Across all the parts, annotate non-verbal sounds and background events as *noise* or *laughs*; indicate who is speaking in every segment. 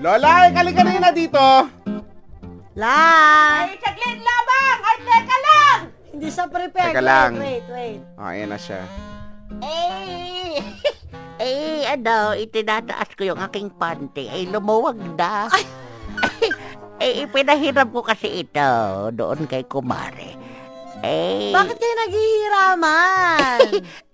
Speaker 1: sumali ka na dito.
Speaker 2: La!
Speaker 3: Ay, saglit lamang! Ay, teka lang!
Speaker 2: Ah. Hindi siya prepared.
Speaker 1: Teka lang.
Speaker 2: Wait, wait.
Speaker 1: Oh, ayan na siya.
Speaker 4: Eh, *laughs* eh, ano, itinataas ko yung aking panty. Ay, lumuwag na. *laughs* eh, ipinahiram ko kasi ito doon kay Kumare. Eh,
Speaker 2: Bakit kayo naghihiraman?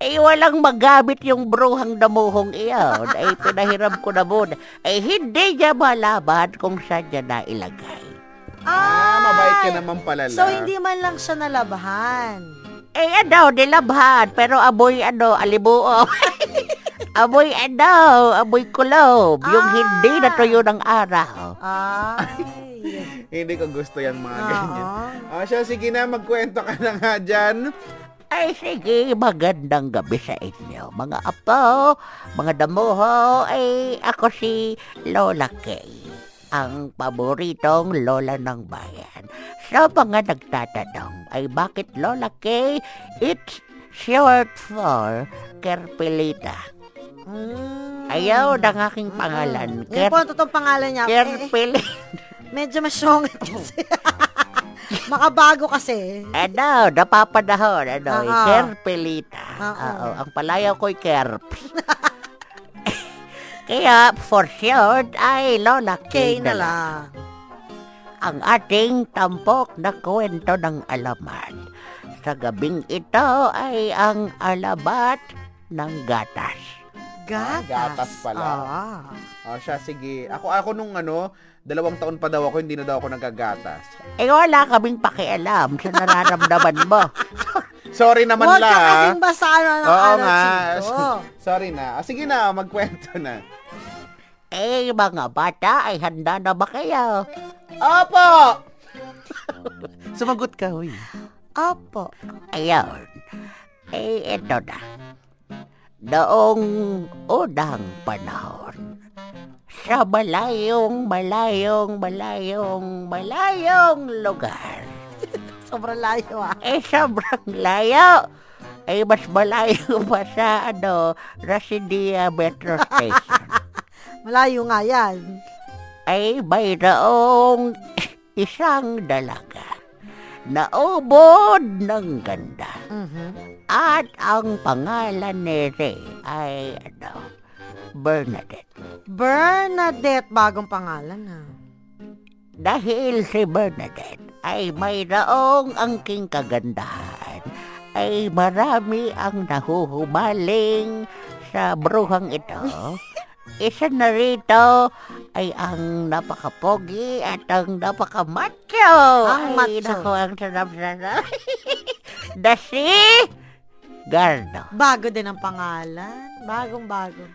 Speaker 4: eh, walang magamit yung bruhang damuhong iyon.
Speaker 2: *laughs*
Speaker 4: Ay, pinahiram ko na muna. Ay, hindi niya malaman kung saan niya nailagay.
Speaker 1: *laughs* Ah, mabait ka
Speaker 2: Ay!
Speaker 1: naman ah. pala.
Speaker 2: So,
Speaker 1: la.
Speaker 2: hindi man lang siya nalabahan.
Speaker 4: Eh, ano, nilabhan. Pero amoy, ano, alibuo. *laughs* amoy, ano, amoy kulob. Yung
Speaker 2: Ah.
Speaker 4: hindi natuyo ng araw.
Speaker 2: Ay.
Speaker 1: Hindi ko gusto yan
Speaker 2: Ah.
Speaker 1: mga *laughs* ganyan.
Speaker 2: Oo.
Speaker 1: Oh, siya, sige na, magkwento ka na nga dyan.
Speaker 4: Ay, sige, magandang gabi sa inyo. Mga apo, mga damuho, ay ako si Lola Kay. Ang paboritong lola ng bayan. Sa mga nagtatanong, ay bakit Lola Kay? It's short for Kerpelita.
Speaker 2: Mm.
Speaker 4: Ayaw ng aking pangalan.
Speaker 2: Mm. Yun po
Speaker 4: Ker-
Speaker 2: ang totoong pangalan niya. Eh, eh,
Speaker 4: Kerpelita.
Speaker 2: medyo masyongit kasi. *laughs* Makabago kasi.
Speaker 4: *laughs* Ano, napapanahon, ano,
Speaker 2: Oo.
Speaker 4: eh, kerpelita.
Speaker 2: Oo.
Speaker 4: Oo, ang palayaw ko'y kerps. *laughs* Kaya, for sure, ay Lola Kay
Speaker 2: Okay na
Speaker 4: na lang
Speaker 2: lang.
Speaker 4: ang ating tampok na kwento ng alaman. Sa gabing ito ay ang alabat ng gatas.
Speaker 2: Gatas.
Speaker 1: Gatas pala.
Speaker 2: Ah.
Speaker 1: Oh, siya, sige. Ako, ako nung ano, dalawang taon pa daw ako, hindi na daw ako nagagatas.
Speaker 4: Eh, wala kaming pakialam sa nararamdaman mo.
Speaker 1: Sorry naman
Speaker 2: Huwag
Speaker 1: la.
Speaker 2: ka kasing basta ano ng
Speaker 1: Oo
Speaker 2: ano,
Speaker 1: nga.
Speaker 2: Chico.
Speaker 1: Sorry na. Ah, sige na, magkwento na.
Speaker 4: Eh, mga bata, ay handa na ba kayo?
Speaker 1: Opo!
Speaker 4: Sumagot ka, huy.
Speaker 2: Opo.
Speaker 4: Ayun. Eh, ito na. Noong unang panahon, sa malayong, malayong, malayong, malayong lugar,
Speaker 2: Sobrang layo ah.
Speaker 4: eh, sobrang layo. Eh, mas malayo *laughs* pa sa, ano, Rasidia Metro Station.
Speaker 2: Malayo nga yan.
Speaker 4: Ay, mayroong isang dalaga na ubod ng ganda.
Speaker 2: Mhm.
Speaker 4: At ang pangalan ni Ray ay ano, Bernadette.
Speaker 2: Bernadette, bagong pangalan ah.
Speaker 4: Dahil si Bernadette ay mayroong angking kagandahan, ay marami ang nahuhumaling sa bruhang
Speaker 2: *laughs*
Speaker 4: ito. Isa na rito ay ang napakapogi at ang napakamacho.
Speaker 2: Ang
Speaker 4: Ay,
Speaker 2: macho.
Speaker 4: naku, ang sarap-sarap. *laughs* na si Gardo.
Speaker 2: Bago din ang pangalan. Bagong bago.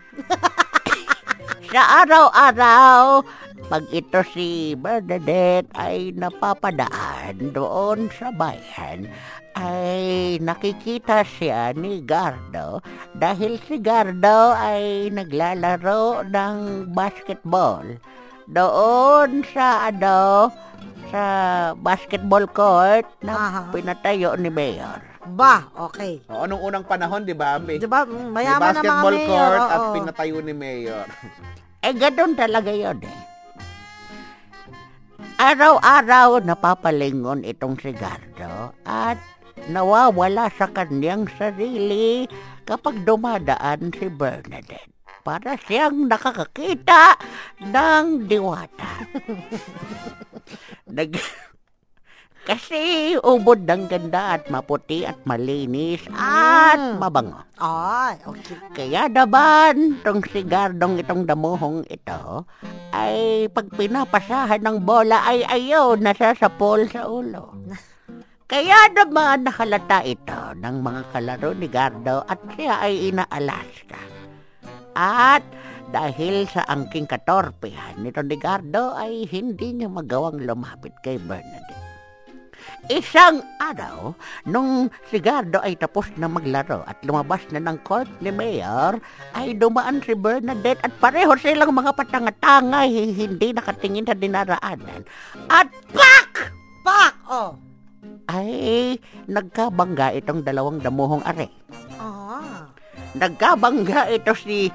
Speaker 4: Sa araw-araw, pag ito si Bernadette ay napapadaan doon sa bayan, ay nakikita siya ni Gardo dahil si Gardo ay naglalaro ng basketball doon sa ano sa basketball court na
Speaker 2: Aha.
Speaker 4: pinatayo ni Mayor.
Speaker 2: Ba, okay.
Speaker 1: O, Oh, anong unang panahon, di ba? May,
Speaker 2: Diba, mm,
Speaker 1: may
Speaker 2: mayaman na mga
Speaker 1: basketball
Speaker 2: mayor.
Speaker 1: court at
Speaker 2: oo.
Speaker 1: pinatayo ni Mayor.
Speaker 4: Eh, ganun talaga yun eh. Araw-araw napapalingon itong sigardo at nawawala sa kanyang sarili kapag dumadaan si Bernadette. Para siyang nakakakita ng diwata. *laughs* Nag... Kasi ubod ng ganda at maputi at malinis at
Speaker 2: Mm.
Speaker 4: mabango.
Speaker 2: Ay, okay.
Speaker 4: Kaya naman, tong sigardong itong damuhong ito, ay pag pinapasahan ng bola ay ayaw, nasasapol sa ulo. Kaya naman nakalata ito ng mga kalaro ni Gardo at siya ay inaalaska. At dahil sa angking katorpehan nito ni Gardo ay hindi niya magawang lumapit kay Bernadette. Isang araw, Nung si Gardo ay tapos na maglaro at lumabas na ng court ni Mayor, ay dumaan si Bernadette at pareho silang mga patanga-tanga hi- hindi nakatingin sa dinaraanan. At pak!
Speaker 2: Pak! Oh.
Speaker 4: Ay, nagkabangga itong dalawang damuhong are.
Speaker 2: Ah.
Speaker 4: Nagkabangga ito si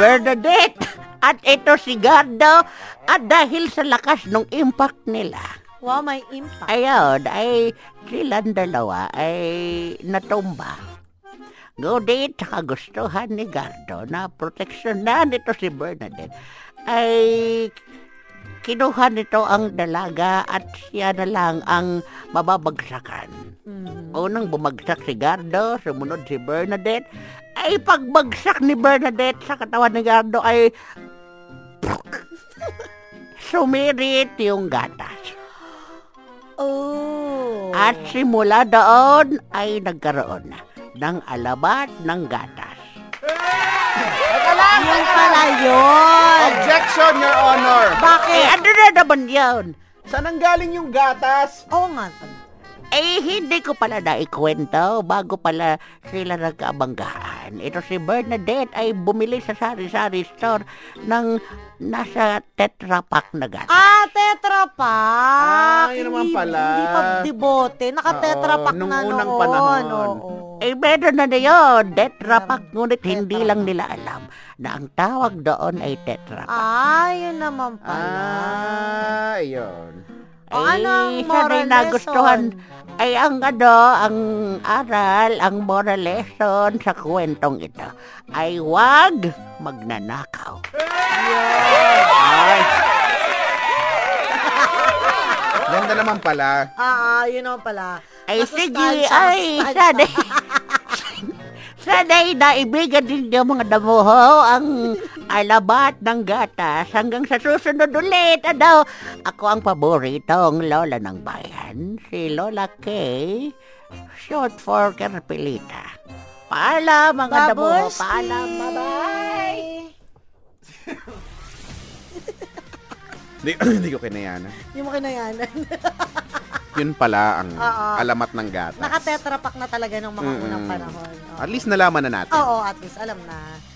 Speaker 4: Bernadette at ito si Gardo at dahil sa lakas ng impact nila,
Speaker 2: Wow, may impact.
Speaker 4: ayun, ay silang dalawa ay natumba. Ngunit sa kagustuhan ni Gardo na proteksyonan nito si Bernadette ay kinuha nito ang dalaga at siya na lang ang mababagsakan.
Speaker 2: Mm.
Speaker 4: Unang bumagsak si Gardo, sumunod si Bernadette. Ay pagbagsak ni Bernadette sa katawan ni Gardo ay *laughs* sumirit yung gatas.
Speaker 2: Oh.
Speaker 4: At simula doon ay nagkaroon ng alabat ng gatas.
Speaker 2: Yun pala yun.
Speaker 1: Objection, Your Honor!
Speaker 4: Eh,
Speaker 2: Bakit?
Speaker 4: ano na naman yun?
Speaker 1: Saan ang galing yung gatas?
Speaker 2: Oo nga pala.
Speaker 4: Eh, hindi ko pala naikwento bago pala sila nagkabanggaan. Ito si Bernadette ay bumili sa sari-sari store ng nasa tetra pack na gatas.
Speaker 2: Ah, Tetra Pak.
Speaker 1: Ah, yun naman
Speaker 2: Hindi-
Speaker 1: pala.
Speaker 2: Hindi pa debote. Naka-Tetra
Speaker 1: Oo,
Speaker 2: Pak
Speaker 1: nung
Speaker 2: na
Speaker 1: unang
Speaker 2: noon.
Speaker 1: panahon.
Speaker 2: Oo.
Speaker 4: Eh, meron na na yun, tetra pack. Ngunit
Speaker 2: Tetra
Speaker 4: hindi lang nila alam na ang tawag doon ay tetra pack.
Speaker 2: Ah, yun naman pala.
Speaker 1: Ah, ayun.
Speaker 2: o,
Speaker 4: Eh,
Speaker 2: ano ang
Speaker 4: sana'y
Speaker 2: moral
Speaker 4: nagustuhan.
Speaker 2: lesson?
Speaker 4: Ay, ang ano, ang aral, ang moral lesson sa kwentong ito ay wag magnanakaw.
Speaker 1: Ay! Ganda naman pala.
Speaker 2: Ah, ah, yun naman pala.
Speaker 4: Ay, sige,
Speaker 2: Masustansya,
Speaker 4: ay,
Speaker 2: masustansya.
Speaker 4: sanay. *laughs* sanay naibigan din niyo mga damuho ang alabat ng gatas hanggang sa susunod ulit. Ano, ako ang paboritong lola ng bayan, si Lola Kay, short for Carpelita. Paalam mga damuho,
Speaker 2: Babushki!
Speaker 4: paalam, bye-bye.
Speaker 1: Hindi *clears throat* hindi ko kinayanan.
Speaker 2: Hindi mo kinayanan.
Speaker 1: Yun pala ang
Speaker 2: Oo.
Speaker 1: alamat ng gatas.
Speaker 2: Naka-Tetra Pak na talaga nung mga
Speaker 1: Mm-mm.
Speaker 2: unang panahon. Oo.
Speaker 1: At least nalaman na natin.
Speaker 2: Oo, at least alam na.